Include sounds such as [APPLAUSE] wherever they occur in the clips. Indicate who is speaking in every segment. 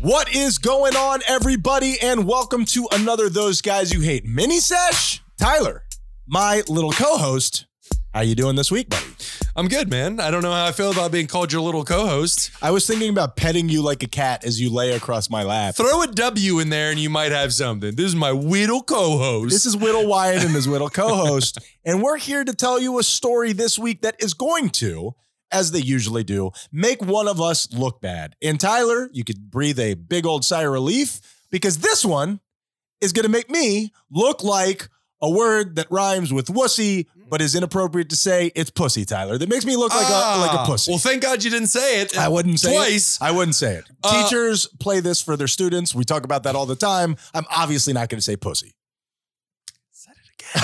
Speaker 1: What is going on, everybody? And welcome to another Those Guys You Hate mini sesh. Tyler, my little co-host. How you doing this week, buddy?
Speaker 2: I'm good, man. I don't know how I feel about being called your little co-host.
Speaker 1: I was thinking about petting you like a cat as you lay across my lap.
Speaker 2: Throw a W in there and you might have something. This is my Whittle co-host.
Speaker 1: This is Whittle Wyatt and his Whittle
Speaker 2: [LAUGHS]
Speaker 1: co-host, and we're here to tell you a story this week that is going to, as they usually do, make one of us look bad. And Tyler, you could breathe a big old sigh of relief because this one is going to make me look like a word that rhymes with wussy but is inappropriate to say. It's pussy, Tyler. That makes me look like a like
Speaker 2: Ah,
Speaker 1: a pussy.
Speaker 2: Well, thank God you didn't say it.
Speaker 1: I wouldn't say
Speaker 2: twice.
Speaker 1: It. I wouldn't say it.
Speaker 2: Uh,
Speaker 1: Teachers play this for their students. We talk about that all the time. I'm obviously not going to say pussy.
Speaker 2: [LAUGHS]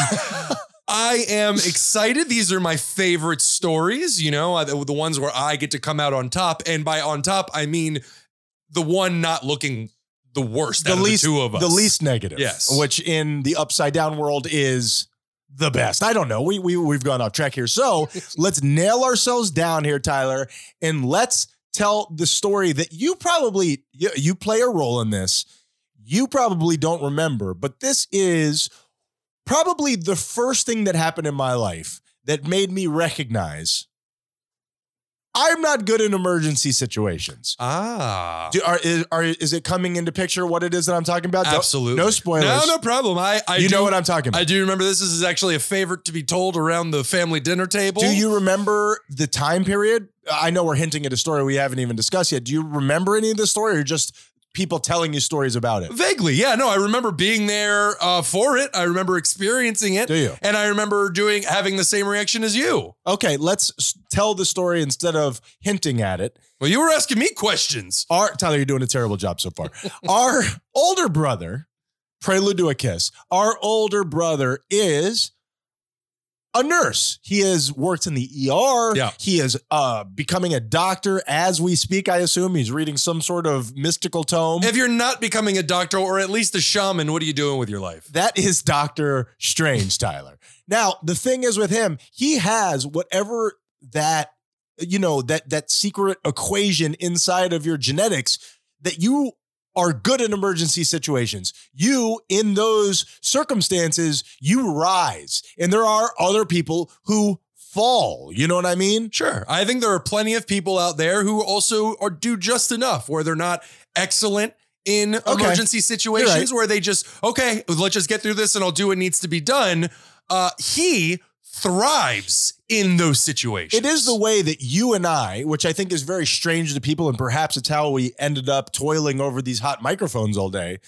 Speaker 2: I am excited. These are my favorite stories, you know, uh, the the ones where I get to come out on top. And by on top, I mean the one not looking the worst out of the two of us.
Speaker 1: The least negative.
Speaker 2: Yes.
Speaker 1: Which in the upside down world is the best. I don't know. We, we, we've gone off track here. So let's nail ourselves down here, Tyler, and let's tell the story that you probably, you, you play a role in this. You probably don't remember, but this is probably the first thing that happened in my life that made me recognize I'm not good in emergency situations.
Speaker 2: Ah.
Speaker 1: Do, are, is, are, is it coming into picture what it is that I'm talking about? Don't-
Speaker 2: absolutely.
Speaker 1: No spoilers.
Speaker 2: No, no problem. I, I
Speaker 1: you
Speaker 2: do,
Speaker 1: know what I'm talking
Speaker 2: I
Speaker 1: about.
Speaker 2: do remember this. This is actually a favorite to be told around the family dinner table.
Speaker 1: do you remember the time period? I know we're hinting at a story we haven't even discussed yet. Do you remember any of the story or just people telling you stories about it?
Speaker 2: Vaguely, yeah. No, I remember being there uh, for it. I remember experiencing it,
Speaker 1: Do you?
Speaker 2: and I remember doing having the same reaction as you.
Speaker 1: Okay, let's s- tell the story instead of hinting at it.
Speaker 2: Well, you were asking me questions.
Speaker 1: Our Tyler, you're doing a terrible job so far. our older brother, prelude to a kiss. Our older brother is a nurse. He has worked in the ER.
Speaker 2: Yeah.
Speaker 1: He is uh, becoming a doctor as we speak. I assume he's reading some sort of mystical tome.
Speaker 2: If you're not becoming a doctor or at least a shaman, what are you doing with your life?
Speaker 1: That is Doctor Strange, Tyler. Now, the thing is with him, he has whatever that you know that that secret equation inside of your genetics that you are good in emergency situations. You in those circumstances, you rise. And there are other people who fall. You know what I mean?
Speaker 2: Sure, I think there are plenty of people out there who also are do just enough where they're not excellent in emergency situations where they just okay, let's just get through this and I'll do what needs to be done. Uh, he thrives in those situations.
Speaker 1: It is the way that you and I, which I think is very strange to people, and perhaps it's how we ended up toiling over these hot microphones all day.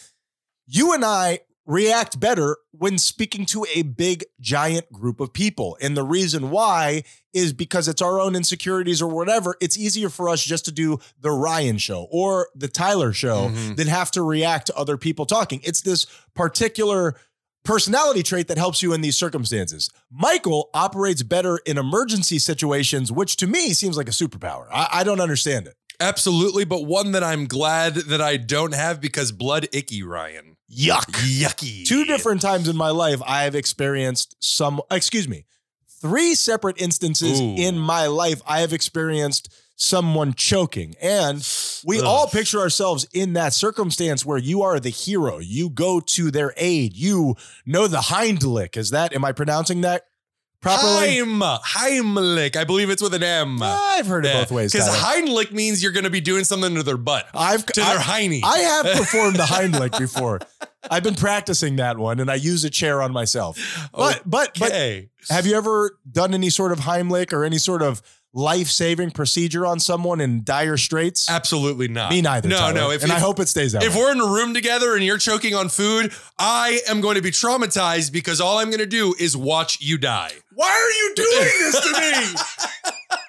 Speaker 1: You and I react better when speaking to a big, giant group of people. And the reason why is because it's our own insecurities or whatever. It's easier for us just to do the Ryan show or the Tyler show
Speaker 2: Mhm.
Speaker 1: than have to react to other people talking. It's this particular personality trait that helps you in these circumstances. Michael operates better in emergency situations, which to me seems like a superpower. I, I don't understand it.
Speaker 2: Absolutely, but one that I'm glad that I don't have because blood icky Ryan.
Speaker 1: Yuck.
Speaker 2: Yucky.
Speaker 1: Two different times in my life, I've experienced some, excuse me, three separate instances
Speaker 2: Ooh.
Speaker 1: in my life, I have experienced someone choking. And we
Speaker 2: Ugh.
Speaker 1: all picture ourselves in that circumstance where you are the hero. You go to their aid. You know the Heimlich. Is that, am I pronouncing that properly?
Speaker 2: Heim, Heimlich. I believe it's with an M.
Speaker 1: I've heard it both ways.
Speaker 2: Because
Speaker 1: Tyler.
Speaker 2: Heimlich means you're going to be doing something to their butt,
Speaker 1: I've
Speaker 2: to their
Speaker 1: I,
Speaker 2: hiney.
Speaker 1: I have performed the
Speaker 2: [LAUGHS]
Speaker 1: Heimlich before. I've been practicing that one, and I use a chair on myself.
Speaker 2: Oh,
Speaker 1: But but but
Speaker 2: okay.
Speaker 1: have you ever done any sort of Heimlich or any sort of life saving procedure on someone in dire straits?
Speaker 2: absolutely not.
Speaker 1: Me neither.
Speaker 2: No,
Speaker 1: Tyler.
Speaker 2: no. If,
Speaker 1: and I
Speaker 2: if-
Speaker 1: hope it stays that
Speaker 2: if
Speaker 1: way.
Speaker 2: we're in a room together and you're choking on food, I am going to be traumatized because all I'm going to do is watch you die.
Speaker 1: Why are you [LAUGHS]
Speaker 2: [LAUGHS] me?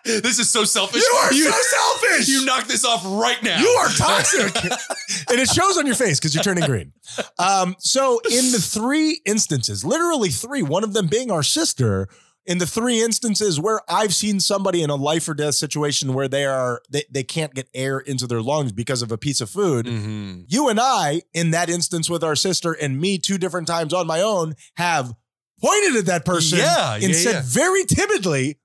Speaker 2: this is so selfish.
Speaker 1: selfish.
Speaker 2: You knock this off right now.
Speaker 1: You are
Speaker 2: [LAUGHS]
Speaker 1: toxic. [LAUGHS] and it shows on your face because you're turning green. Um, so, in the three instances, literally three, one of them being our sister, in the three instances where I've seen somebody in a life or death situation where they are they, they can't get air into their lungs because of a piece of food.
Speaker 2: Mhm.
Speaker 1: You and I, in that instance with our sister and me two different times on my own, have pointed at that person
Speaker 2: Yeah,
Speaker 1: and
Speaker 2: yeah,
Speaker 1: said
Speaker 2: yeah.
Speaker 1: very timidly,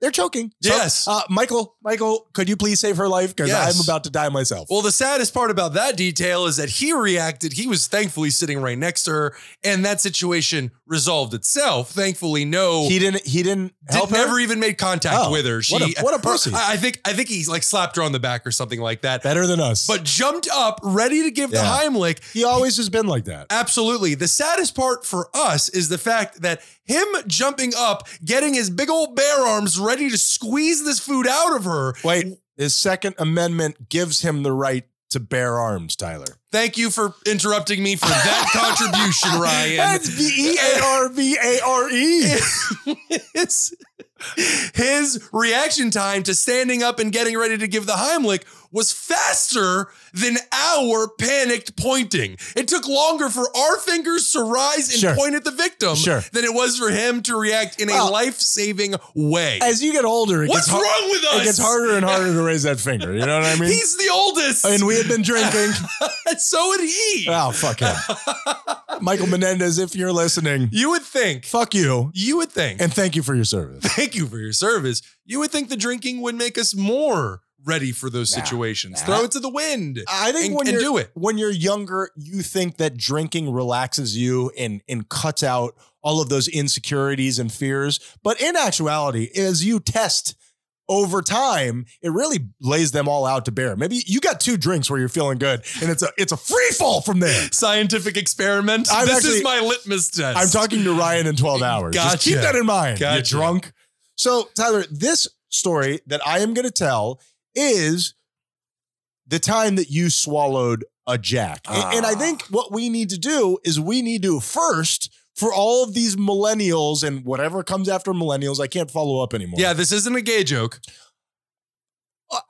Speaker 1: they're choking. So,
Speaker 2: Yes.
Speaker 1: uh, Michael, Michael, could you please save her life? Because
Speaker 2: Yes.
Speaker 1: I'm about to die myself.
Speaker 2: Well, the saddest part about that detail is that he reacted. He was thankfully sitting right next to her, and that situation resolved itself. Thankfully, no.
Speaker 1: he didn't. He didn't help
Speaker 2: did,
Speaker 1: her.
Speaker 2: never even made contact
Speaker 1: Oh,
Speaker 2: with her. She,
Speaker 1: what a- what a pussy.
Speaker 2: I, I think I think he like slapped her on the back or something like that.
Speaker 1: Better than us.
Speaker 2: But jumped up, ready to give the
Speaker 1: Yeah.
Speaker 2: Heimlich.
Speaker 1: he always has been like that.
Speaker 2: Absolutely. The saddest part for us is the fact that him jumping up, getting his big old bare arms ready to squeeze this food out of her.
Speaker 1: Wait, his Second Amendment gives him the right to bear arms, Tyler.
Speaker 2: Thank you for interrupting me for [LAUGHS] that contribution, Ryan.
Speaker 1: That's B E A R V A R E.
Speaker 2: [LAUGHS] his, his reaction time to standing up and getting ready to give the Heimlich was faster than our panicked pointing. It took longer for our fingers to rise and
Speaker 1: Sure.
Speaker 2: point at the victim
Speaker 1: Sure.
Speaker 2: than it was for him to react in a
Speaker 1: Well,
Speaker 2: life saving way.
Speaker 1: As you get older, it
Speaker 2: What's
Speaker 1: gets, har-
Speaker 2: wrong with
Speaker 1: [LAUGHS]
Speaker 2: us?
Speaker 1: it gets harder and harder to raise that finger. You know what I mean?
Speaker 2: He's the oldest.
Speaker 1: and we had been [LAUGHS] drinking.
Speaker 2: so did he.
Speaker 1: Oh, fuck him. Michael Menendez, if you're listening,
Speaker 2: you would think.
Speaker 1: fuck you.
Speaker 2: You would think.
Speaker 1: And thank you for your service.
Speaker 2: thank you for your service. You would think the drinking would make us more ready for those
Speaker 1: Nah,
Speaker 2: situations.
Speaker 1: nah. Uh,
Speaker 2: Throw it to the wind.
Speaker 1: I think
Speaker 2: and,
Speaker 1: when
Speaker 2: and
Speaker 1: you're
Speaker 2: do it.
Speaker 1: when you're younger, you think that drinking relaxes you and and cuts out all of those insecurities and fears. But in actuality, as you test over time, it really lays them all out to bear. Maybe you got two drinks where you're feeling good, and it's a it's a free fall from there.
Speaker 2: Scientific experiment.
Speaker 1: I'm
Speaker 2: this
Speaker 1: actually-
Speaker 2: is my litmus test.
Speaker 1: I'm talking to Ryan in 12 hours. Just keep
Speaker 2: Gotcha.
Speaker 1: that in mind. You're
Speaker 2: Gotcha.
Speaker 1: drunk. So, Tyler, this story that I am going to tell is the time that you swallowed a jack. A- And, I
Speaker 2: Ah.
Speaker 1: think what we need to do is we need to first, for all of these millennials and whatever comes after millennials, I can't follow up anymore. Oh,
Speaker 2: Yeah, this isn't a
Speaker 1: [LAUGHS]
Speaker 2: gay joke.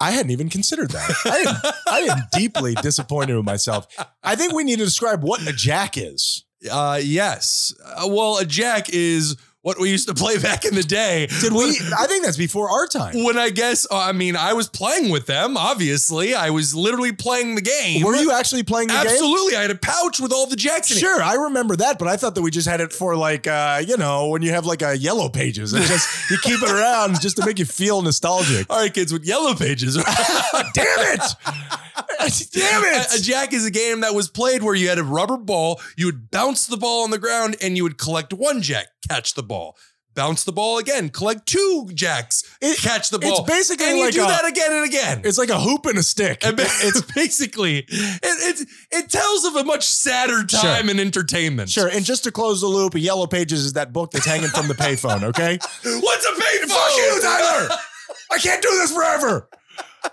Speaker 1: I hadn't even considered that. I am, I
Speaker 2: [LAUGHS]
Speaker 1: am deeply disappointed with myself. I think we need to describe what a jack is.
Speaker 2: Uh, yes. Uh, well, a jack is what we used to play [LAUGHS] back in the day.
Speaker 1: Did we? I think that's before our time.
Speaker 2: When I guess, uh, I mean, I was playing with them, obviously. I was literally playing the game.
Speaker 1: Were you actually playing the game?
Speaker 2: Absolutely. I had a pouch with all the jacks in it.
Speaker 1: Sure, I remember that, but I thought that we just had it for like uh, you know, when you have like a yellow pages and just you keep it around just to make you feel
Speaker 2: [LAUGHS]
Speaker 1: nostalgic.
Speaker 2: All right, kids, with yellow pages. [LAUGHS]
Speaker 1: Damn it! Damn
Speaker 2: A, a
Speaker 1: it!
Speaker 2: jack is a game that was played where you had a rubber ball, you would bounce the ball on the ground, and you would collect one jack, catch the ball. Bounce the ball again, collect two jacks,
Speaker 1: It-
Speaker 2: catch the
Speaker 1: It's
Speaker 2: ball.
Speaker 1: basically
Speaker 2: and you
Speaker 1: like
Speaker 2: do
Speaker 1: a,
Speaker 2: that again and again.
Speaker 1: it's like a hoop and a stick. [LAUGHS]
Speaker 2: [LAUGHS] And ba- It's, [LAUGHS] basically it, it's it tells of a much sadder
Speaker 1: Sure.
Speaker 2: time in entertainment.
Speaker 1: Sure, and just to close the loop, Yellow Pages is that book that's hanging from the payphone,
Speaker 2: [LAUGHS]
Speaker 1: okay?
Speaker 2: What's a payphone?
Speaker 1: Fuck you, [LAUGHS] Tyler! I can't do this forever.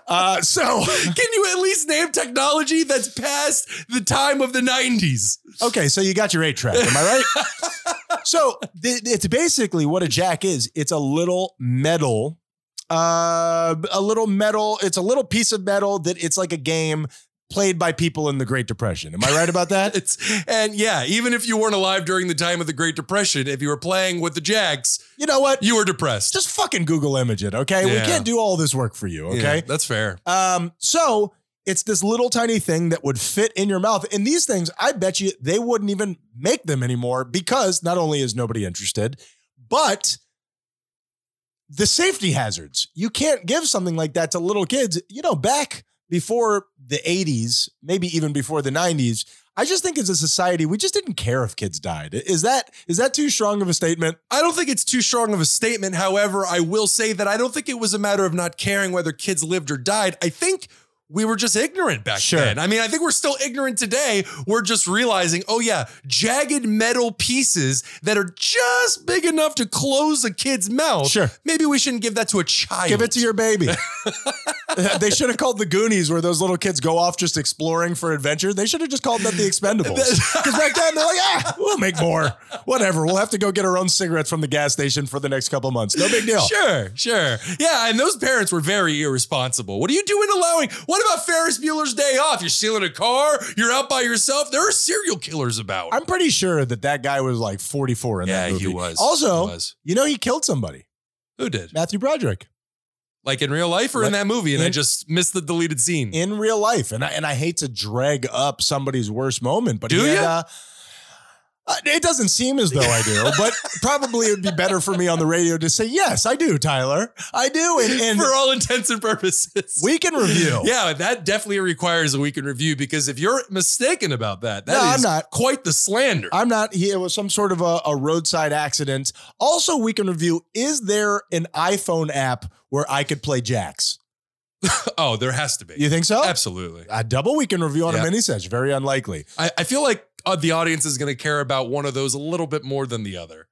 Speaker 1: Uh, so
Speaker 2: Can you at least name technology that's past the time of the '90s?
Speaker 1: Okay, so you got your eight track, am I right? so th- it's basically what a jack is. It's a little metal, uh, a little metal. It's a little piece of metal that it's like a game played by people in the Great Depression. Am I right about that?
Speaker 2: [LAUGHS] It's and yeah, even if you weren't alive during the time of the Great Depression, if you were playing with the Jags,
Speaker 1: you know what?
Speaker 2: you were depressed.
Speaker 1: Just fucking Google image it, okay? We
Speaker 2: Yeah.
Speaker 1: can't do all this work for you,
Speaker 2: Yeah,
Speaker 1: okay?
Speaker 2: that's fair.
Speaker 1: Um, so it's this little tiny thing that would fit in your mouth. And these things, I bet you they wouldn't even make them anymore because not only is nobody interested, but the safety hazards. You can't give something like that to little kids. You know, back before the 80s, maybe even before the 90s, I just think as a society, we just didn't care if kids died. Is that is that too strong of a statement?
Speaker 2: I don't think it's too strong of a statement. However, I will say that I don't think it was a matter of not caring whether kids lived or died. I think we were just ignorant back
Speaker 1: Sure.
Speaker 2: then. I mean, I think we're still ignorant today. We're just realizing, oh yeah, jagged metal pieces that are just big enough to close a kid's mouth.
Speaker 1: Sure.
Speaker 2: Maybe we shouldn't give that to a child.
Speaker 1: Give it to your
Speaker 2: [LAUGHS]
Speaker 1: baby. they should have called the Goonies, where those little kids go off just exploring for adventure. They should have just called that the Expendables.
Speaker 2: [LAUGHS]
Speaker 1: Because back then they're like, ah, we'll make more. Whatever. We'll have to go get our own cigarettes from the gas station for the next couple months. No big deal.
Speaker 2: Sure, sure. Yeah, and those parents were very irresponsible. What are you doing allowing? What about Ferris Bueller's day off? You're stealing a car, you're out by yourself. There are serial killers about.
Speaker 1: I'm pretty sure that that guy was like 44 in
Speaker 2: yeah,
Speaker 1: that movie.
Speaker 2: he was.
Speaker 1: Also,
Speaker 2: He was.
Speaker 1: you know, he killed somebody,
Speaker 2: who did?
Speaker 1: Matthew Broderick,
Speaker 2: Like in real life or
Speaker 1: Like-
Speaker 2: in that movie? And I
Speaker 1: in-
Speaker 2: just missed the deleted scene.
Speaker 1: in real life. And I, and I hate to drag up somebody's worst moment, but
Speaker 2: Do
Speaker 1: he had,
Speaker 2: ya?
Speaker 1: uh, Uh, It doesn't seem as though I
Speaker 2: [LAUGHS]
Speaker 1: do, but probably it would be better for me on the radio to say, yes, I do, Tyler. I do. And, and
Speaker 2: for all intents and purposes.
Speaker 1: we can review.
Speaker 2: [LAUGHS] yeah, that definitely requires a week in review because if you're mistaken about that, that
Speaker 1: No, I'm
Speaker 2: is
Speaker 1: not.
Speaker 2: quite the slander.
Speaker 1: I'm not, he- it was some sort of a, a roadside accident. Also, we can review is there an iPhone app where I could play jacks?
Speaker 2: oh, there has to be.
Speaker 1: You think so?
Speaker 2: Absolutely.
Speaker 1: A double weekend review on
Speaker 2: Yeah.
Speaker 1: a mini sesh, very unlikely.
Speaker 2: I, I feel like uh, the audience is going to care about one of those a little bit more than the other.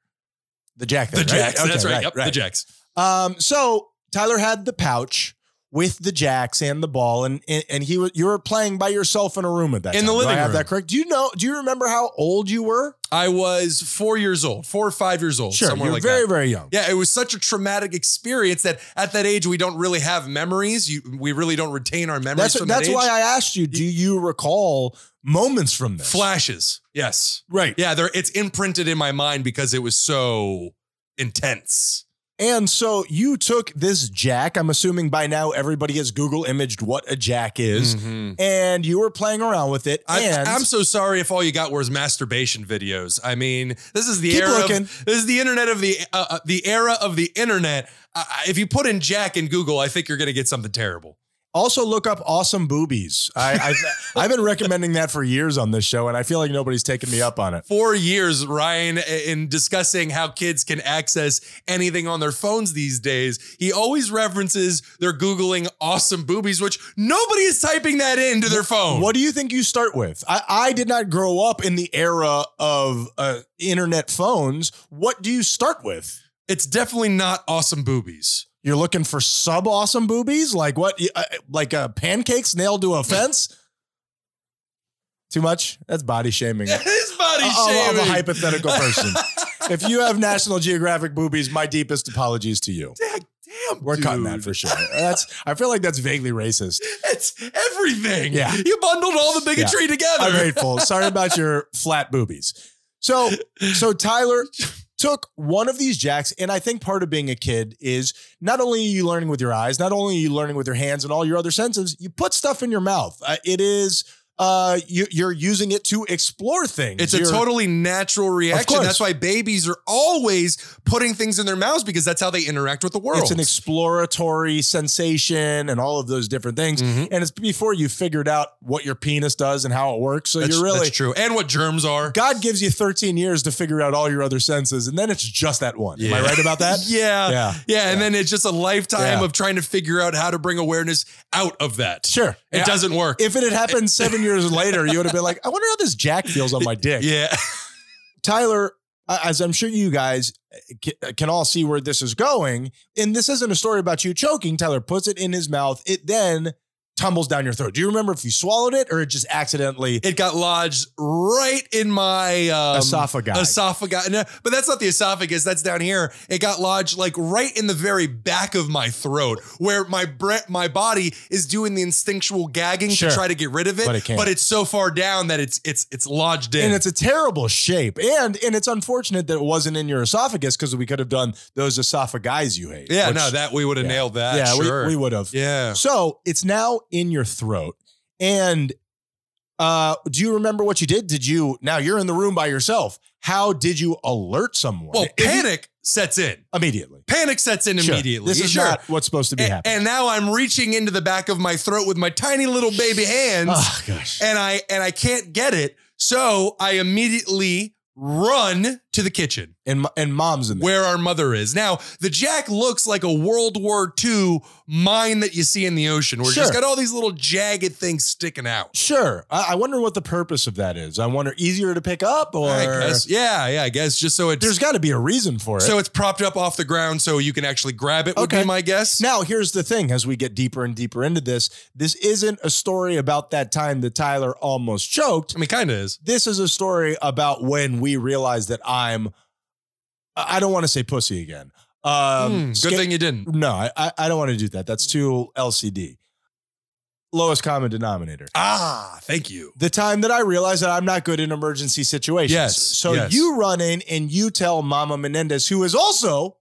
Speaker 1: The Jack,
Speaker 2: The
Speaker 1: thing, right?
Speaker 2: Jacks.
Speaker 1: Okay,
Speaker 2: that's right. yep. The Jacks.
Speaker 1: Um, so Tyler had the pouch with the jacks and the ball, and and, and he was you were playing by yourself in a room at that
Speaker 2: In the
Speaker 1: time. Do I
Speaker 2: living
Speaker 1: have
Speaker 2: room.
Speaker 1: that correct? Do you know? Do you remember how old you were?
Speaker 2: I was four years old, four or five years old,
Speaker 1: Sure,
Speaker 2: somewhere
Speaker 1: you're
Speaker 2: like
Speaker 1: very
Speaker 2: that.
Speaker 1: very young.
Speaker 2: Yeah, it was such a traumatic experience that at that age we don't really have memories. You, we really don't retain our memories
Speaker 1: that's
Speaker 2: from
Speaker 1: that's
Speaker 2: that
Speaker 1: why
Speaker 2: age.
Speaker 1: I asked you. Do you recall moments from this?
Speaker 2: Flashes, yes,
Speaker 1: right,
Speaker 2: yeah, they're, it's imprinted in my mind because it was so intense.
Speaker 1: and so you took this jack. I'm assuming by now everybody has Google imaged what a jack is, and you were playing around with it.
Speaker 2: Mm. I,
Speaker 1: Mm-hmm. and
Speaker 2: I'm so sorry if all you got was masturbation videos. I mean, this is the
Speaker 1: Keep
Speaker 2: era.
Speaker 1: looking.
Speaker 2: Of, this is the internet of the uh, uh, the era of the internet. Uh, if you put in Jack in Google, I think you're going to get something terrible.
Speaker 1: Also, look up awesome boobies. I,
Speaker 2: [LAUGHS]
Speaker 1: I I've been recommending that for years on this show, and I feel like nobody's taken me up on it.
Speaker 2: four years, Ryan, in discussing how kids can access anything on their phones these days. He always references they're Googling awesome boobies, which nobody is typing that into their phone.
Speaker 1: What do you think you start with? I, I did not grow up in the era of uh, internet phones. What do you start with?
Speaker 2: It's definitely not awesome boobies.
Speaker 1: [LAUGHS]
Speaker 2: [LAUGHS]
Speaker 1: You're looking for sub awesome boobies, like what? Uh, like uh, pancakes nailed to a fence. Too much. That's body
Speaker 2: [LAUGHS]
Speaker 1: shaming.
Speaker 2: His body
Speaker 1: Uh, oh, I'm a
Speaker 2: shaming.
Speaker 1: hypothetical
Speaker 2: [LAUGHS]
Speaker 1: person. if you have National Geographic boobies, my deepest apologies to you.
Speaker 2: Dag- Damn,
Speaker 1: We're cutting that
Speaker 2: dude.
Speaker 1: for sure. That's. I feel like that's vaguely
Speaker 2: [LAUGHS]
Speaker 1: racist.
Speaker 2: It's everything.
Speaker 1: Yeah.
Speaker 2: You bundled all the bigotry together.
Speaker 1: I'm hateful. Sorry about your flat boobies. So, so Tyler took one of these jacks, and I think part of being a kid is not only are you learning with your eyes, not only are you learning with your hands and all your other senses, you put stuff in your mouth. Uh, it is uh, you, you're using it to explore things.
Speaker 2: It's
Speaker 1: You're-
Speaker 2: a totally natural reaction.
Speaker 1: course.
Speaker 2: That's why babies are always putting things in their mouths because that's how they interact with the world.
Speaker 1: It's an exploratory sensation and all of those different things.
Speaker 2: Mhm.
Speaker 1: And it's before you figured out what your penis does and how it works. So
Speaker 2: That's-
Speaker 1: you're really
Speaker 2: that's true. And what germs are.
Speaker 1: God gives you 13 years to figure out all your other senses, and then it's just that one. Am I
Speaker 2: Yeah.
Speaker 1: right about that?
Speaker 2: [LAUGHS] Yeah.
Speaker 1: Yeah.
Speaker 2: Yeah, and
Speaker 1: Yeah.
Speaker 2: then it's just a lifetime
Speaker 1: Yeah.
Speaker 2: of trying to figure out how to bring awareness out of that.
Speaker 1: Sure.
Speaker 2: It
Speaker 1: Yeah.
Speaker 2: doesn't work.
Speaker 1: If it had happened seven years later, you would have been like, I wonder how this jack feels on my dick.
Speaker 2: yeah. [LAUGHS]
Speaker 1: Tyler, uh, as I'm sure you guys eh, ca- can all see where this is going, and this isn't a story about you choking, Tyler puts it in his mouth. It then tumbles down your throat. Do you remember if you swallowed it or it just accidentally
Speaker 2: It got lodged right in my um,
Speaker 1: esophagus?
Speaker 2: esophagus. No, but that's not the esophagus. That's down here. It got lodged like right in the very back of my throat, where my breath, my body is doing the instinctual gagging
Speaker 1: Sure.
Speaker 2: to try to get rid of it.
Speaker 1: But it can't.
Speaker 2: it's so far down that it's it's it's lodged in.
Speaker 1: and it's a terrible shape. And and it's unfortunate that it wasn't in your esophagus because we could have done those esophagi you hate.
Speaker 2: yeah,
Speaker 1: which-
Speaker 2: no, that we would have
Speaker 1: yeah.
Speaker 2: nailed that.
Speaker 1: yeah,
Speaker 2: sure.
Speaker 1: we, we would have.
Speaker 2: yeah.
Speaker 1: So it's now in your throat. And uh, do you remember what you did? Did you now you're in the room by yourself? How did you alert someone?
Speaker 2: Well,
Speaker 1: If you-
Speaker 2: panic sets in.
Speaker 1: immediately.
Speaker 2: Panic sets in
Speaker 1: Sure.
Speaker 2: immediately.
Speaker 1: This is
Speaker 2: Sure.
Speaker 1: not what's supposed to be
Speaker 2: A- and,
Speaker 1: happening.
Speaker 2: now I'm reaching into the back of my throat with my tiny little baby hands,
Speaker 1: oh gosh.
Speaker 2: and I and I can't get it. So I immediately run to the kitchen
Speaker 1: And mo- and mom's in there.
Speaker 2: where our mother is. Now the jack looks like a World War II mine that you see in the ocean, where it's just
Speaker 1: Sure.
Speaker 2: got all these little jagged things sticking out.
Speaker 1: Sure. I, I wonder what the purpose of that is. I wonder easier to pick up or
Speaker 2: I guess, yeah, yeah, I guess just so it's
Speaker 1: there's gotta be a reason for it.
Speaker 2: so it's propped up off the ground so you can actually grab it. Would
Speaker 1: Okay.
Speaker 2: be my guess.
Speaker 1: Now, here's the thing as we get deeper and deeper into this, this isn't a story about that time that Tyler almost choked.
Speaker 2: I mean, kind of is.
Speaker 1: This is a story about when we realized that I'm, I don't want to say pussy again.
Speaker 2: Hmm,
Speaker 1: Um,
Speaker 2: good
Speaker 1: sca-
Speaker 2: thing you didn't.
Speaker 1: No, I, I- I don't want to do that. That's too LCD. Lowest common denominator.
Speaker 2: Ah, thank you.
Speaker 1: The time that I realized that I'm not good in emergency situations.
Speaker 2: Yes,
Speaker 1: So
Speaker 2: yes.
Speaker 1: you run in and you tell Mama Menendez, who is also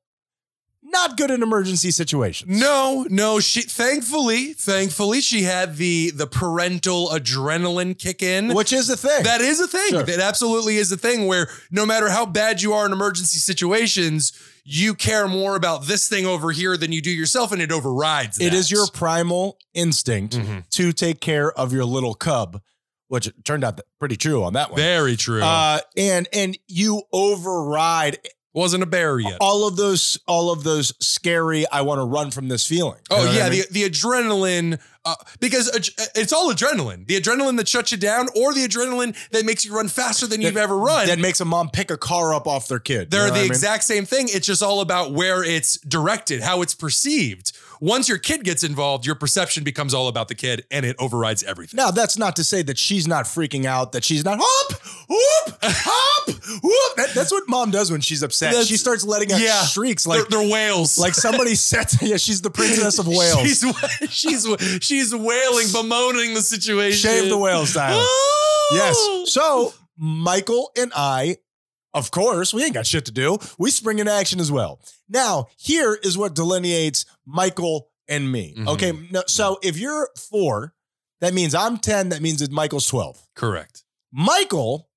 Speaker 1: not good in emergency situations.
Speaker 2: No, no. She thankfully, thankfully, she had the the parental adrenaline kick in.
Speaker 1: Which is the thing.
Speaker 2: That is a thing.
Speaker 1: Sure.
Speaker 2: That absolutely is a thing where no matter how bad you are in emergency situations, you care more about this thing over here than you do yourself, and it overrides.
Speaker 1: It
Speaker 2: that.
Speaker 1: is your primal instinct
Speaker 2: Mhm.
Speaker 1: to take care of your little cub, which it turned out that- pretty true on that one.
Speaker 2: very true.
Speaker 1: Uh, and and you override
Speaker 2: Wasn't a bear yet.
Speaker 1: all of those all of those scary. I want to run from this feeling. You
Speaker 2: Oh
Speaker 1: know what
Speaker 2: yeah,
Speaker 1: I mean?
Speaker 2: the the adrenaline uh, because ad- it's all adrenaline. The adrenaline that shuts you down, or the adrenaline that makes you run faster than you've ever run.
Speaker 1: that makes a mom pick a car up off their kid.
Speaker 2: They're
Speaker 1: You know
Speaker 2: the
Speaker 1: what I mean?
Speaker 2: exact same thing. It's just all about where it's directed, how it's perceived. Once your kid gets involved, your perception becomes all about the kid, and it overrides everything.
Speaker 1: Now that's not to say that she's not freaking out, that she's not hop, whoop, hop, whoop. That- that's what mom does when she's upset.
Speaker 2: That's-
Speaker 1: she starts letting out
Speaker 2: Yeah.
Speaker 1: shrieks like
Speaker 2: they're, they're
Speaker 1: [LAUGHS]
Speaker 2: whales.
Speaker 1: like somebody sets. Yeah, she's the princess of Wales.
Speaker 2: [LAUGHS] she's she's she's wailing, bemoaning the situation.
Speaker 1: Shave the whales, Tyler.
Speaker 2: [GASPS] Oh!
Speaker 1: Yes. So Michael and I, of course, we ain't got shit to do. We spring into action as well. Now, here is what delineates Michael and me.
Speaker 2: Mhm.
Speaker 1: Okay. No, so if you're four, that means I'm 10. That means that Michael's 12.
Speaker 2: Correct.
Speaker 1: Michael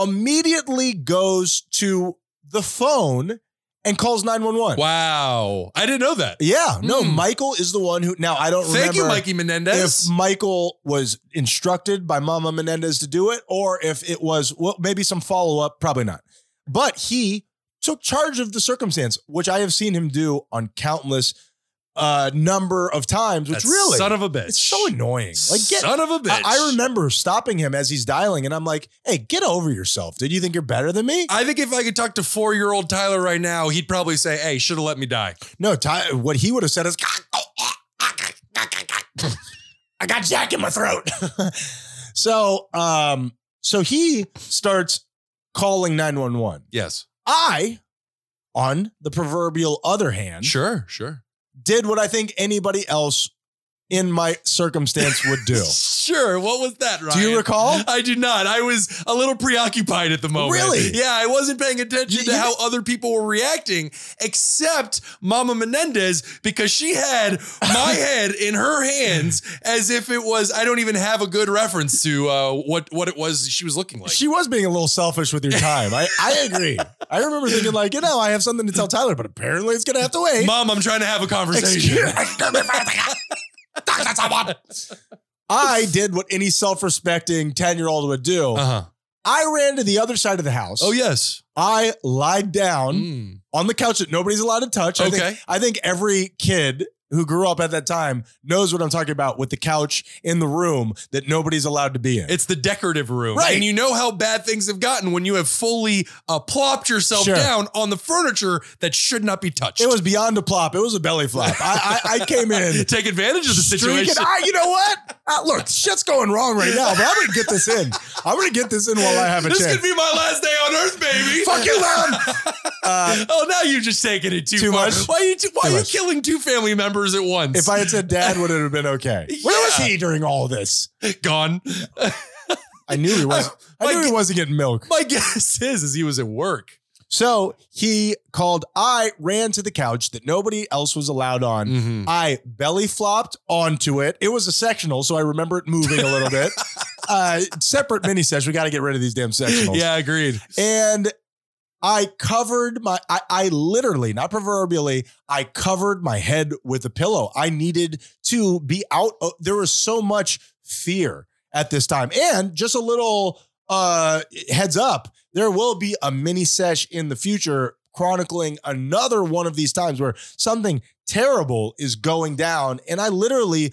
Speaker 1: immediately goes to the phone and calls 911.
Speaker 2: Wow, I didn't know that.
Speaker 1: Yeah. No,
Speaker 2: Hmm.
Speaker 1: Michael is the one who, now I don't
Speaker 2: Thank
Speaker 1: remember.
Speaker 2: you, Mikey Menendez.
Speaker 1: if Michael was instructed by Mama Menendez to do it, or if it was well, maybe some follow up, probably not. But he took charge of the circumstance, which I have seen him do on countless uh, number of times. Which
Speaker 2: That
Speaker 1: really,
Speaker 2: son of a bitch.
Speaker 1: it's so annoying. Like, get.
Speaker 2: son of a bitch.
Speaker 1: I, I remember stopping him as he's dialing, and I'm like, "Hey, get over yourself, dude. You think you're better than me?
Speaker 2: I think if I could talk to four year old Tyler right now, he'd probably say, "Hey, should have let me die."
Speaker 1: No, Ty, what he would have said is, [LAUGHS] I got Jack in my throat. [LAUGHS] so, um, so he starts calling 911.
Speaker 2: Yes,
Speaker 1: I, on the proverbial other hand,
Speaker 2: sure, sure,
Speaker 1: did what I think anybody else in my circumstance would
Speaker 2: [LAUGHS]
Speaker 1: do.
Speaker 2: sure. What was that, Ryan?
Speaker 1: do you recall?
Speaker 2: I do not. I was a little preoccupied at the moment.
Speaker 1: Really?
Speaker 2: Yeah, I wasn't paying attention
Speaker 1: You-
Speaker 2: to
Speaker 1: you-
Speaker 2: how other people were reacting, except Mama Menendez, because she had
Speaker 1: [LAUGHS]
Speaker 2: my head in her hands as if it was. I don't even have a good reference to uh, what what it was she was looking like.
Speaker 1: she was being a little selfish with your time. I, I agree. I remember thinking, like, you know, I have something to tell Tyler, but apparently it's going to have to wait.
Speaker 2: Mom, I'm trying to have a conversation.
Speaker 1: Excuse- I did what any self-respecting 10-year-old would do.
Speaker 2: Uh-huh.
Speaker 1: I ran to the other side of the house.
Speaker 2: Oh yes.
Speaker 1: I lied down
Speaker 2: Mm.
Speaker 1: on the couch that nobody's allowed to touch. I think,
Speaker 2: Okay.
Speaker 1: I think every kid who grew up at that time knows what I'm talking about with the couch in the room that nobody's allowed to be in.
Speaker 2: It's the decorative room.
Speaker 1: Right.
Speaker 2: And you know how bad things have gotten when you have fully uh, plopped yourself
Speaker 1: Sure.
Speaker 2: down on the furniture that should not be touched.
Speaker 1: it
Speaker 2: [LAUGHS]
Speaker 1: was beyond a plop. It was a belly flop. I, I, I came in.
Speaker 2: Take advantage of the
Speaker 1: Drinking.
Speaker 2: [LAUGHS] situation.
Speaker 1: I, you know what? Uh, look, shit's going wrong right now, but I'm gonna get this in. I'm gonna get this in while I have a
Speaker 2: this
Speaker 1: chance.
Speaker 2: could be my last day on earth,
Speaker 1: [LAUGHS]
Speaker 2: baby.
Speaker 1: Fuck you, Lamb. Uh,
Speaker 2: [LAUGHS] Oh, now you're just taking it too,
Speaker 1: Too
Speaker 2: far.
Speaker 1: much?
Speaker 2: Why are you, too, why
Speaker 1: Too
Speaker 2: are you
Speaker 1: much.
Speaker 2: killing two family members at once?
Speaker 1: if I had said dad, would it have been okay? Where was
Speaker 2: Yeah.
Speaker 1: he during all this?
Speaker 2: gone, [LAUGHS]
Speaker 1: I knew he was. I
Speaker 2: my
Speaker 1: knew he
Speaker 2: g-
Speaker 1: wasn't getting milk.
Speaker 2: my guess is is he was at work.
Speaker 1: So he called. I ran to the couch that nobody else was allowed on.
Speaker 2: Mm-hmm.
Speaker 1: I belly flopped onto it. It was a sectional, so I remember it moving a little bit. Uh, separate mini sets. We got to get rid of these damn sectionals.
Speaker 2: Yeah, agreed.
Speaker 1: and I covered my I, I literally, not proverbially, I covered my head with a pillow. I needed to be out. Of, there was so much fear at this time. And just a little uh heads up, there will be a mini sesh in the future chronicling another one of these times where something terrible is going down. And I literally,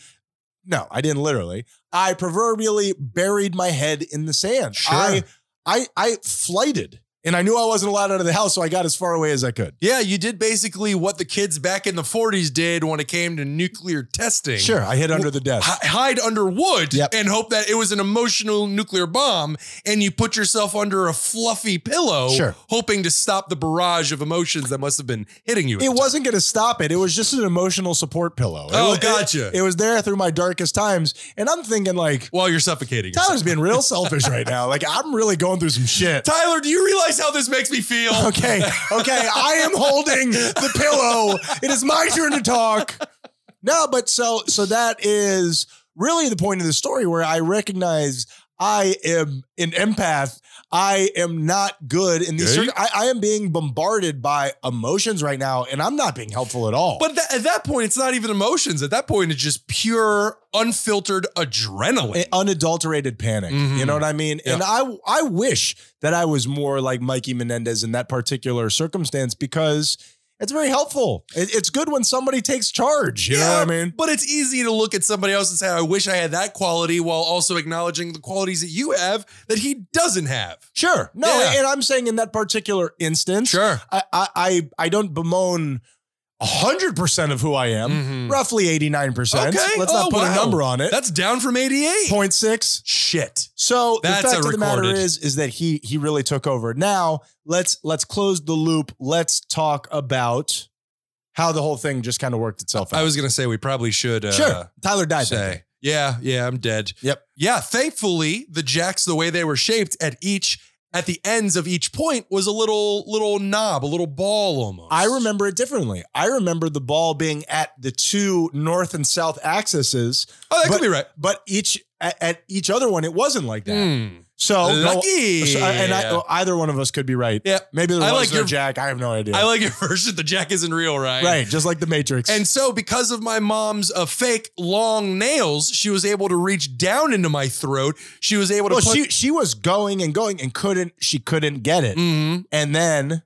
Speaker 1: no, I didn't literally. I proverbially buried my head in the sand.
Speaker 2: Sure.
Speaker 1: I I I flighted and I knew I wasn't allowed out of the house, so I got as far away as I could.
Speaker 2: Yeah, you did basically what the kids back in the 40s did when it came to nuclear testing.
Speaker 1: Sure, I hid under the desk.
Speaker 2: Hi- hide under wood
Speaker 1: Yep.
Speaker 2: and hope that it was an emotional nuclear bomb and you put yourself under a fluffy pillow
Speaker 1: Sure.
Speaker 2: hoping to stop the barrage of emotions that must have been hitting you at
Speaker 1: It
Speaker 2: the
Speaker 1: wasn't going to stop it. It was just an emotional support pillow. It
Speaker 2: Oh,
Speaker 1: was-
Speaker 2: gotcha.
Speaker 1: It, it was there through my darkest times, and I'm thinking like
Speaker 2: time while you're suffocating yourself. [LAUGHS]
Speaker 1: Tyler's being real selfish right now. Like I'm really going through some shit.
Speaker 2: Tyler, do you realize realize how this makes me feel.
Speaker 1: Okay, okay. I am holding the pillow. It is my turn to talk. No, but so so that is really the point of the story where I recognize I am an empath. I am not good in these.
Speaker 2: Yeah,
Speaker 1: circ- I, I am being bombarded by emotions right now, and I'm not being helpful at all.
Speaker 2: But tha- at that point, it's not even emotions. At that point, it's just pure, unfiltered adrenaline.
Speaker 1: A- unadulterated panic. You
Speaker 2: Mhm.
Speaker 1: know what I mean? And I I wish that I was more like Mikey Menendez in that particular circumstance because it's very helpful. It- it's good when somebody takes charge. You know what I mean?
Speaker 2: But it's easy to look at somebody else and say, I wish I had that quality while also acknowledging the qualities that you have that he doesn't have.
Speaker 1: Sure. No,
Speaker 2: Yeah.
Speaker 1: and I'm saying in that particular instance,
Speaker 2: Sure.
Speaker 1: I I I, I don't bemoan hundred percent of who I am. Roughly eighty nine percent.
Speaker 2: Mm. Okay.
Speaker 1: Let's not
Speaker 2: Oh,
Speaker 1: put a
Speaker 2: wow.
Speaker 1: number on it.
Speaker 2: Mm-hmm. That's down from 88.
Speaker 1: Point six.
Speaker 2: Shit.
Speaker 1: So
Speaker 2: That's
Speaker 1: the fact
Speaker 2: a
Speaker 1: of the matter
Speaker 2: recorded.
Speaker 1: is, is that he he really took over. Now let's let's close the loop. Let's talk about how the whole thing just kind of worked itself out.
Speaker 2: I was going to say we probably should uh,
Speaker 1: sure, Tyler died. that day.
Speaker 2: say, yeah, yeah, I'm dead.
Speaker 1: Yep.
Speaker 2: Yeah, thankfully, the jacks, the way they were shaped at each, at the ends of each point was a little, little knob, a little ball almost.
Speaker 1: I remember it differently. I remember the ball being at the two north and south axes,
Speaker 2: Oh, that
Speaker 1: but-
Speaker 2: could be right.
Speaker 1: but each at, at each other one, it wasn't like that.
Speaker 2: Hmm.
Speaker 1: So Oh, no-
Speaker 2: Lucky.
Speaker 1: so I- oh, and I, either one of us could be right.
Speaker 2: Yeah.
Speaker 1: Maybe there
Speaker 2: I
Speaker 1: was
Speaker 2: like
Speaker 1: no
Speaker 2: your-
Speaker 1: Jack. I have no idea.
Speaker 2: I like your version. The jack isn't real, right?
Speaker 1: right, just like the Matrix.
Speaker 2: And so, because of my mom's uh, fake long nails, she was able to reach down into my throat. She was able to
Speaker 1: well,
Speaker 2: put
Speaker 1: she she was going and going and couldn't she couldn't get it.
Speaker 2: Mhm.
Speaker 1: and then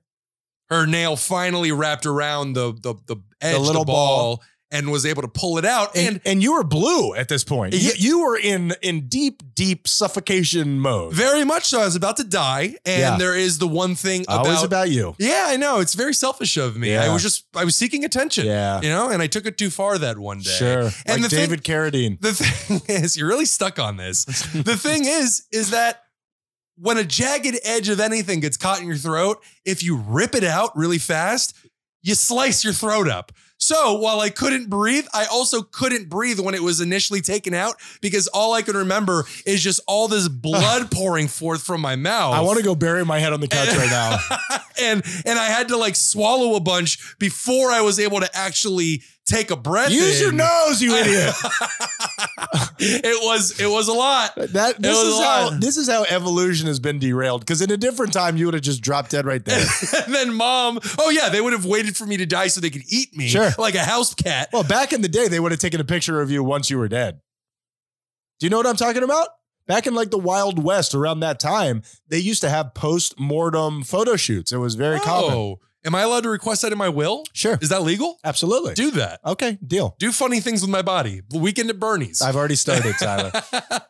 Speaker 2: her nail finally wrapped around the the the edge, of
Speaker 1: little
Speaker 2: the ball, and was able to pull it out.
Speaker 1: and,
Speaker 2: And
Speaker 1: and you were blue at this point. You,
Speaker 2: Yeah.
Speaker 1: you were in in deep deep suffocation mode.
Speaker 2: very much so, I was about to die. And
Speaker 1: Yeah.
Speaker 2: there is the one thing about,
Speaker 1: Always about you.
Speaker 2: yeah, I know it's very selfish of me.
Speaker 1: Yeah.
Speaker 2: I was just I was seeking attention,
Speaker 1: Yeah,
Speaker 2: you know, and I took it too far that one day.
Speaker 1: sure.
Speaker 2: And
Speaker 1: like
Speaker 2: the thing-
Speaker 1: David Carradine.
Speaker 2: The thing [LAUGHS] is, you're really stuck on this. the
Speaker 1: [LAUGHS]
Speaker 2: thing is, is that when a jagged edge of anything gets caught in your throat, if you rip it out really fast, you slice your throat up. So while I couldn't breathe, I also couldn't breathe when it was initially taken out because all I can remember is just all
Speaker 1: [LAUGHS]
Speaker 2: this blood pouring forth from my mouth.
Speaker 1: I want to go bury my head on the couch right
Speaker 2: [LAUGHS]
Speaker 1: now.
Speaker 2: and and I had to like swallow a bunch before I was able to actually take a breath.
Speaker 1: Use your
Speaker 2: in.
Speaker 1: nose,
Speaker 2: [LAUGHS]
Speaker 1: you idiot.
Speaker 2: it was it was a lot. [LAUGHS]
Speaker 1: That this
Speaker 2: was
Speaker 1: is
Speaker 2: a
Speaker 1: how
Speaker 2: lot.
Speaker 1: this is how evolution has been derailed. Because in a different time, you would have just dropped dead right there.
Speaker 2: And then mom, oh yeah, they would have waited for me to die so they could eat me
Speaker 1: Sure.
Speaker 2: like a house cat.
Speaker 1: well, back in the day, they would have taken a picture of you once you were dead. Do you know what I'm talking about? Back in like the Wild West, around that time, they used to have post mortem photo shoots. It was very common.
Speaker 2: Oh, am I allowed to request that in my will?
Speaker 1: Sure,
Speaker 2: Is that legal?
Speaker 1: absolutely.
Speaker 2: Do that.
Speaker 1: okay, deal.
Speaker 2: Do funny things with my body. Weekend at Bernie's.
Speaker 1: I've already started,
Speaker 2: [LAUGHS]
Speaker 1: Tyler.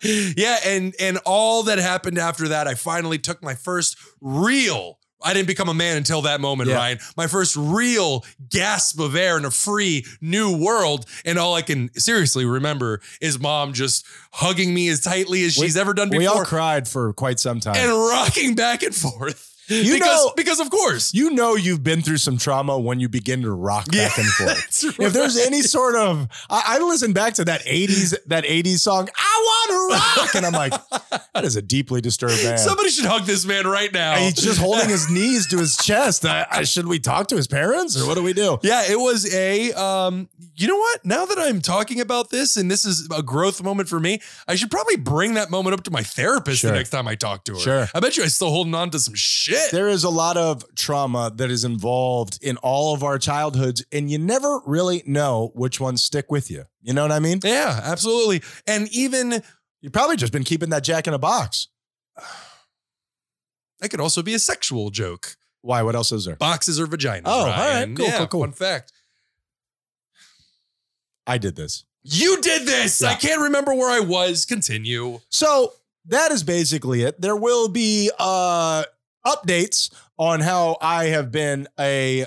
Speaker 2: yeah, and and all that happened after that, I finally took my first real. I didn't become a man until that moment,
Speaker 1: Yeah.
Speaker 2: Ryan. My first real gasp of air in a free new world, and all I can seriously remember is mom just hugging me as tightly as
Speaker 1: We-
Speaker 2: she's ever done
Speaker 1: we all
Speaker 2: before,
Speaker 1: cried for quite some time.
Speaker 2: and rocking back and forth.
Speaker 1: You
Speaker 2: because,
Speaker 1: know-
Speaker 2: because of course,
Speaker 1: you know you've been through some trauma when you begin to rock back and forth.
Speaker 2: That's
Speaker 1: If there's
Speaker 2: right.
Speaker 1: any sort of, I, I listen back to that '80s that '80s song, "I Want to Rock," and I'm like, that is a deeply
Speaker 2: [LAUGHS]
Speaker 1: disturbed man.
Speaker 2: somebody should hug this man right now.
Speaker 1: He's just holding his knees to his chest. I, I, should we talk to his parents or what do we do?
Speaker 2: Yeah, it was a um you know what? Now that I'm talking about this and this is a growth moment for me, I should probably bring that moment up to my therapist
Speaker 1: Sure.
Speaker 2: the next time I talk to her.
Speaker 1: Sure.
Speaker 2: I bet you I still holding on to some shit.
Speaker 1: There is a lot of trauma that is involved in all of our childhoods, and you never really know which ones stick with you. You know what I mean?
Speaker 2: yeah, absolutely. And even
Speaker 1: You've probably just been keeping that jack in a box.
Speaker 2: that could also be a sexual joke.
Speaker 1: Why? What else is there?
Speaker 2: Boxes or vaginas.
Speaker 1: Oh, all right.
Speaker 2: Ryan.
Speaker 1: Cool,
Speaker 2: Yeah,
Speaker 1: cool, cool.
Speaker 2: Fun fact.
Speaker 1: I did this.
Speaker 2: You did this.
Speaker 1: Yeah.
Speaker 2: I can't remember where I was. Continue.
Speaker 1: So that is basically it. There will be uh, updates on how I have been a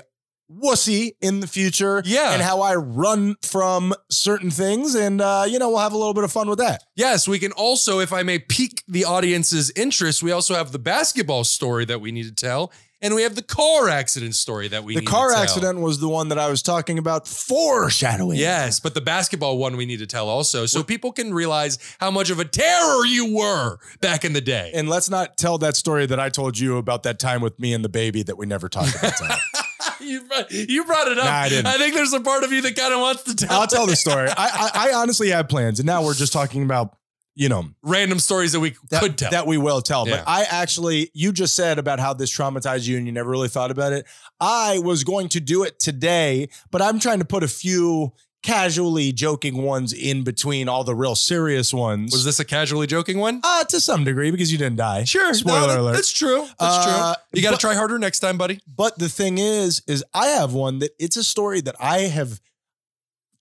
Speaker 1: wussy in the future.
Speaker 2: Yeah.
Speaker 1: And how I run from certain things. And, uh, you know, we'll have a little bit of fun with that.
Speaker 2: Yes, we can also, if I may pique the audience's interest, we also have the basketball story that we need to tell and we have the car accident story that we
Speaker 1: The
Speaker 2: need to
Speaker 1: car
Speaker 2: tell.
Speaker 1: accident was the one that I was talking about foreshadowing.
Speaker 2: Yes, but the basketball one we need to tell also, so people can realize how much of a terror you were back in the day.
Speaker 1: And let's not tell that story that I told you about that time with me and the baby that we never talked about. Tyler.
Speaker 2: [LAUGHS] you, brought, you brought it up.
Speaker 1: Nah, I didn't.
Speaker 2: think there's a part of you that kind of wants to tell,
Speaker 1: I'll tell
Speaker 2: it.
Speaker 1: the story. I, I, I honestly had plans, and now we're just talking about you know
Speaker 2: random stories that we
Speaker 1: that,
Speaker 2: could tell.
Speaker 1: that we will tell.
Speaker 2: Yeah.
Speaker 1: But I actually, you just said about how this traumatized you, and you never really thought about it. I was going to do it today, but I'm trying to put a few casually joking ones in between all the real serious ones.
Speaker 2: was this a casually joking one?
Speaker 1: uh, to some degree, because you didn't die.
Speaker 2: Sure.
Speaker 1: Spoiler
Speaker 2: that-
Speaker 1: alert.
Speaker 2: That's true. That's
Speaker 1: Uh,
Speaker 2: true. You got to
Speaker 1: but-
Speaker 2: try harder next time, buddy.
Speaker 1: But the thing is, is I have one that it's a story that I have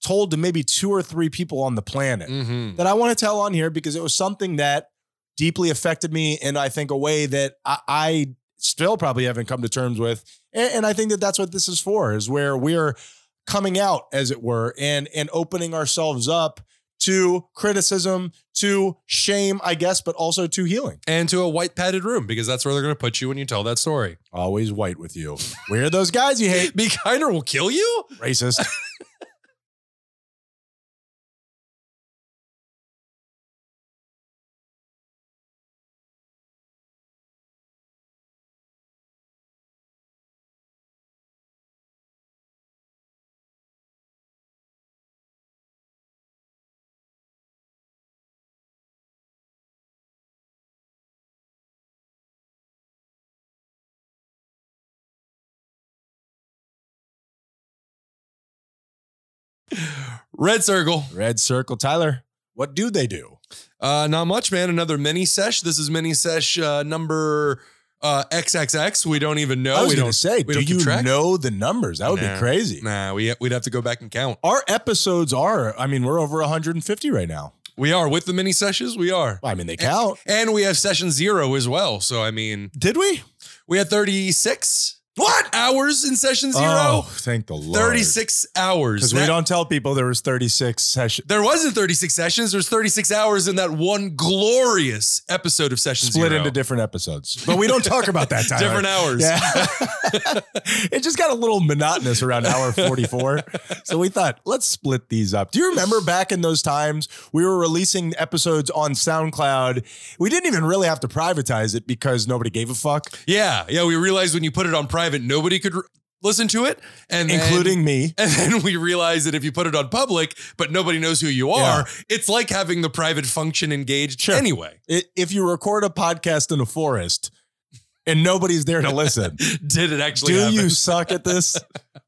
Speaker 1: told to maybe two or three people on the planet
Speaker 2: Mm-hmm.
Speaker 1: that I want to tell on here because it was something that deeply affected me in I think a way that I, I still probably haven't come to terms with, and, and I think that that's what this is for is where we're coming out, as it were, and and opening ourselves up to criticism, to shame, I guess, but also to healing.
Speaker 2: And to a white padded room because that's where they're going to put you when you tell that story.
Speaker 1: Always white with you. We're those guys you hate,
Speaker 2: Be kinder will kill you.
Speaker 1: racist.
Speaker 2: Red Circle.
Speaker 1: Red Circle, Tyler. What do they do?
Speaker 2: Uh, not much, man. Another mini sesh. This is mini sesh uh, number uh, XXX. We don't even know.
Speaker 1: I was
Speaker 2: we
Speaker 1: going
Speaker 2: don't
Speaker 1: to say,
Speaker 2: we
Speaker 1: do
Speaker 2: don't keep
Speaker 1: you
Speaker 2: track?
Speaker 1: know the numbers? That would
Speaker 2: Nah.
Speaker 1: be crazy.
Speaker 2: Nah, we we'd have to go back and count.
Speaker 1: Our episodes are, I mean, we're over 150 right now.
Speaker 2: We are with the mini sessions. We are,
Speaker 1: Well, I mean, they count.
Speaker 2: and we have session zero as well. So I mean,
Speaker 1: Did we?
Speaker 2: we had thirty six what hours in session zero?
Speaker 1: Oh, thank the Lord.
Speaker 2: Thirty six hours.
Speaker 1: Because we
Speaker 2: That-
Speaker 1: don't tell people there was 36 sessions
Speaker 2: There wasn't 36 sessions. There's 36 hours in that one glorious episode of Session
Speaker 1: split
Speaker 2: Zero.
Speaker 1: into different episodes. But we don't talk about
Speaker 2: [LAUGHS]
Speaker 1: that, Tyler.
Speaker 2: different hours.
Speaker 1: Yeah. [LAUGHS] it just got a little monotonous around hour 44. So we thought, let's split these up. Do you remember back in those times we were releasing episodes on SoundCloud? We didn't even really have to privatize it because nobody gave a fuck,
Speaker 2: Yeah, yeah. We realized when you put it on private, nobody could r listen to it, and then-
Speaker 1: including me.
Speaker 2: [LAUGHS] And then we realized that if you put it on public, but nobody knows who you are, it's like having the private function engaged
Speaker 1: Sure.
Speaker 2: anyway. [LAUGHS]
Speaker 1: I- If you record a podcast in a forest and nobody's there to
Speaker 2: [LAUGHS]
Speaker 1: listen,
Speaker 2: Did it actually
Speaker 1: do
Speaker 2: happen?
Speaker 1: you suck at
Speaker 2: [LAUGHS]
Speaker 1: this?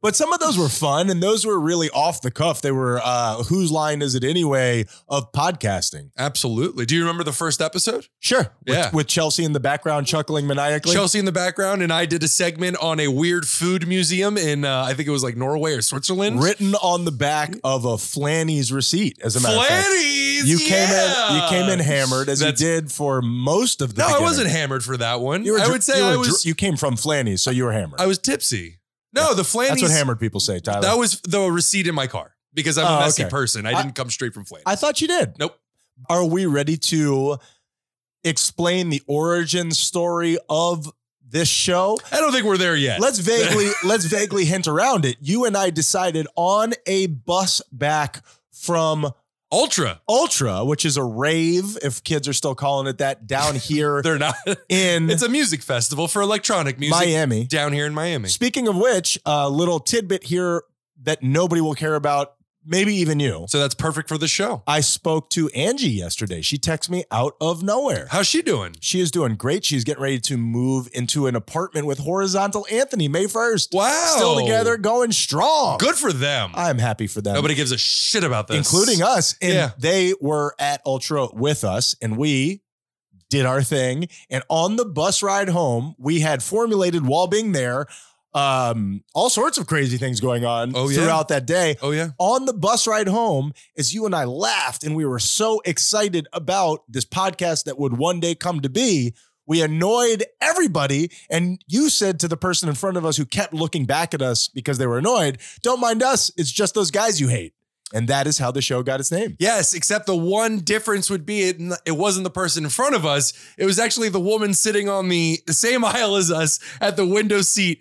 Speaker 1: But some of those were fun and those were really off the cuff. They were uh, whose line is it anyway of podcasting?
Speaker 2: Absolutely. Do you remember the first episode?
Speaker 1: Sure. With,
Speaker 2: Yeah.
Speaker 1: with Chelsea in the background chuckling maniacally.
Speaker 2: Chelsea in the background, and I did a segment on a weird food museum in, uh, I think it was like Norway or Switzerland.
Speaker 1: written on the back of a Flanny's receipt. As a matter of fact,
Speaker 2: Flannies.
Speaker 1: you
Speaker 2: yeah.
Speaker 1: came in, you came in hammered as
Speaker 2: That's-
Speaker 1: you did for most of the.
Speaker 2: No, I
Speaker 1: beginning.
Speaker 2: wasn't hammered for that one.
Speaker 1: You were
Speaker 2: I
Speaker 1: dr-
Speaker 2: would say
Speaker 1: you
Speaker 2: I
Speaker 1: were
Speaker 2: was.
Speaker 1: dr- you came from Flanny's, so you were hammered.
Speaker 2: I was tipsy. No, the Flannies.
Speaker 1: That's what hammered people say, Tyler.
Speaker 2: That was the receipt in my car because I'm a
Speaker 1: Oh,
Speaker 2: messy
Speaker 1: okay.
Speaker 2: person. I
Speaker 1: I-
Speaker 2: didn't come straight from Flannies.
Speaker 1: I thought you did.
Speaker 2: Nope.
Speaker 1: Are we ready to explain the origin story of this show?
Speaker 2: I don't think we're there yet. [LAUGHS]
Speaker 1: Let's vaguely let's vaguely hint around it. You and I decided on a bus back from
Speaker 2: Ultra.
Speaker 1: Ultra, which is a rave, if kids are still calling it that,
Speaker 2: [LAUGHS]
Speaker 1: down here [LAUGHS]
Speaker 2: They're not.
Speaker 1: in
Speaker 2: It's a music festival for electronic music
Speaker 1: Miami.
Speaker 2: down here in Miami.
Speaker 1: Speaking of which, a little tidbit here that nobody will care about, maybe even you.
Speaker 2: So that's perfect for the show.
Speaker 1: I spoke to Angie yesterday. She texted me out of nowhere.
Speaker 2: How's she doing?
Speaker 1: She is doing great. She's getting ready to move into an apartment with Horizontal Anthony May 1st.
Speaker 2: Wow.
Speaker 1: Still together, going strong.
Speaker 2: Good for them.
Speaker 1: I'm happy for them.
Speaker 2: Nobody gives a shit about this.
Speaker 1: including us. And
Speaker 2: Yeah.
Speaker 1: they were at Ultra with us, and we did our thing. And on the bus ride home, we had formulated while being there um, all sorts of crazy things going on
Speaker 2: Oh, yeah.
Speaker 1: throughout that day.
Speaker 2: Oh, yeah.
Speaker 1: On the bus ride home, as you and I laughed, and we were so excited about this podcast that would one day come to be. We annoyed everybody. And you said to the person in front of us who kept looking back at us because they were annoyed, Don't mind us. It's just those guys you hate. And that is how the show got its name.
Speaker 2: Yes, except the one difference would be it, it wasn't the person in front of us. It was actually the woman sitting on the same [LAUGHS] aisle as us at the window seat.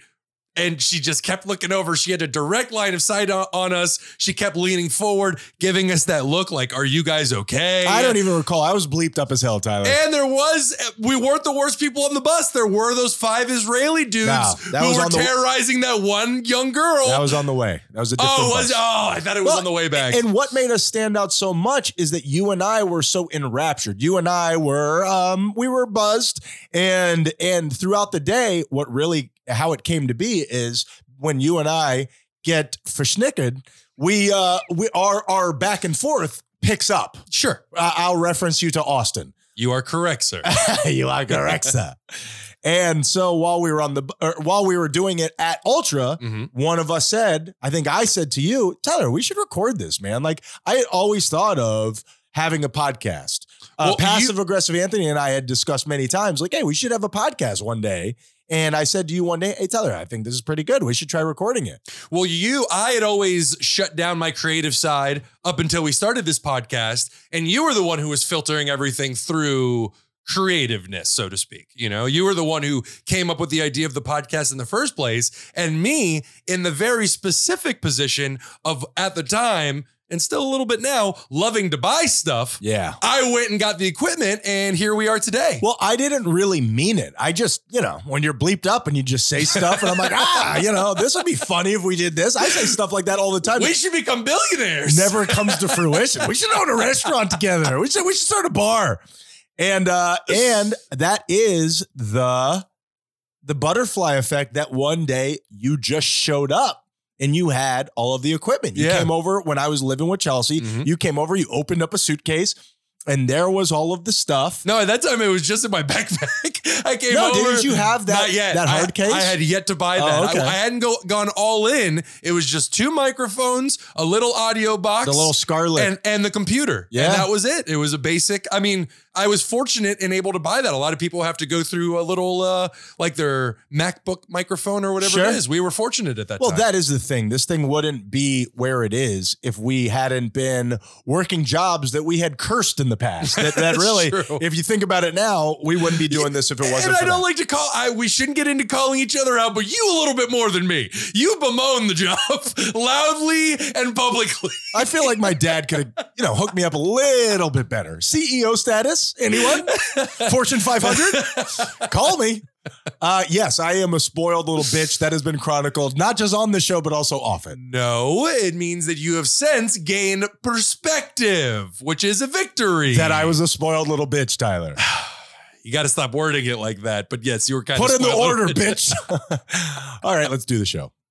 Speaker 2: And she just kept looking over. She had a direct line of sight on, on us. She kept leaning forward, giving us that look like, Are you guys okay?
Speaker 1: I don't even recall. I was bleeped up as hell, Tyler.
Speaker 2: And there was, we weren't the worst people on the bus. There were those five Israeli dudes
Speaker 1: No, that
Speaker 2: who
Speaker 1: was
Speaker 2: were
Speaker 1: on the-
Speaker 2: terrorizing that one young girl.
Speaker 1: That was on the way. That was a different
Speaker 2: oh,
Speaker 1: bus.
Speaker 2: was, oh, I thought it was
Speaker 1: Well,
Speaker 2: on the way back.
Speaker 1: And what made us stand out so much is that you and I were so enraptured. You and I were um we were buzzed and and throughout the day what really how it came to be is when you and I get verschnickered, we uh we our our back and forth picks up.
Speaker 2: sure.
Speaker 1: Uh, I'll reference you to Austin.
Speaker 2: You are
Speaker 1: [LAUGHS]
Speaker 2: correct, sir.
Speaker 1: you are correct, sir. And so while we were on the bu- or while we were doing it at Ultra,
Speaker 2: Mhm.
Speaker 1: one of us said, I think I said to you, Tyler, we should record this, man. Like I had always thought of having a podcast. Uh,
Speaker 2: Well, you-
Speaker 1: Passive aggressive Anthony and I had discussed many times, like, hey, we should have a podcast one day. And I said to you one day, hey, Tyler, I think this is pretty good. We should try recording it.
Speaker 2: Well, you, I had always shut down my creative side up until we started this podcast, and you were the one who was filtering everything through creativeness, so to speak. You know, you were the one who came up with the idea of the podcast in the first place, and me in the very specific position of at the time, and still a little bit now, loving to buy stuff.
Speaker 1: Yeah.
Speaker 2: I went and got the equipment, and here we are today.
Speaker 1: Well, I didn't really mean it. I just, you know, when you're bleeped up and you just say stuff, and I'm like, [LAUGHS] ah, you know, this would be funny if we did this. I say stuff like that all the time.
Speaker 2: we should become billionaires.
Speaker 1: never comes to fruition. We should own a restaurant together. We should we should start a bar. And uh and that is the the butterfly effect that one day you just showed up and you had all of the equipment. You
Speaker 2: Yeah.
Speaker 1: came over when I was living with Chelsea.
Speaker 2: Mhm.
Speaker 1: You came over, you opened up a suitcase, and there was all of the stuff.
Speaker 2: No, at that time it was just in my [LAUGHS] backpack. I came
Speaker 1: No,
Speaker 2: over.
Speaker 1: didn't you have that-
Speaker 2: Not yet.
Speaker 1: that hard
Speaker 2: I,
Speaker 1: case?
Speaker 2: I had yet to buy
Speaker 1: Oh,
Speaker 2: that. I-
Speaker 1: okay.
Speaker 2: I, hadn't go, gone all in. It was just two microphones, a little audio box,
Speaker 1: The little scarlet.
Speaker 2: and and the computer.
Speaker 1: Yeah.
Speaker 2: and that was it. It was a basic. I mean, I was fortunate and able to buy that. A lot of people have to go through a little uh, like their MacBook microphone or whatever
Speaker 1: Sure.
Speaker 2: it is. We were fortunate at that
Speaker 1: well,
Speaker 2: time.
Speaker 1: that is the thing. This thing wouldn't be where it is if we hadn't been working jobs that we had cursed in the past. That, that
Speaker 2: [LAUGHS] That's
Speaker 1: really,
Speaker 2: true.
Speaker 1: if you think about it now, we wouldn't be doing this if it
Speaker 2: and
Speaker 1: wasn't.
Speaker 2: I
Speaker 1: for that.
Speaker 2: don't like to call. I we shouldn't get into calling each other out, but you a little bit more than me. You bemoan the job [LAUGHS] loudly and publicly.
Speaker 1: I feel like my dad could, have, you know, hooked me up a little bit better. CEO status,
Speaker 2: [LAUGHS]
Speaker 1: anyone? Fortune 500? Call me. Uh, yes, I am a spoiled little bitch that has been chronicled, not just on this show, but also often.
Speaker 2: No, it means that you have since gained perspective, which is a victory.
Speaker 1: That I was a spoiled little bitch, Tyler.
Speaker 2: You got to stop wording it like that. But yes, you were kind
Speaker 1: Put
Speaker 2: of
Speaker 1: in the
Speaker 2: [LAUGHS] spoiled.
Speaker 1: order, bitch. All right, let's do the show.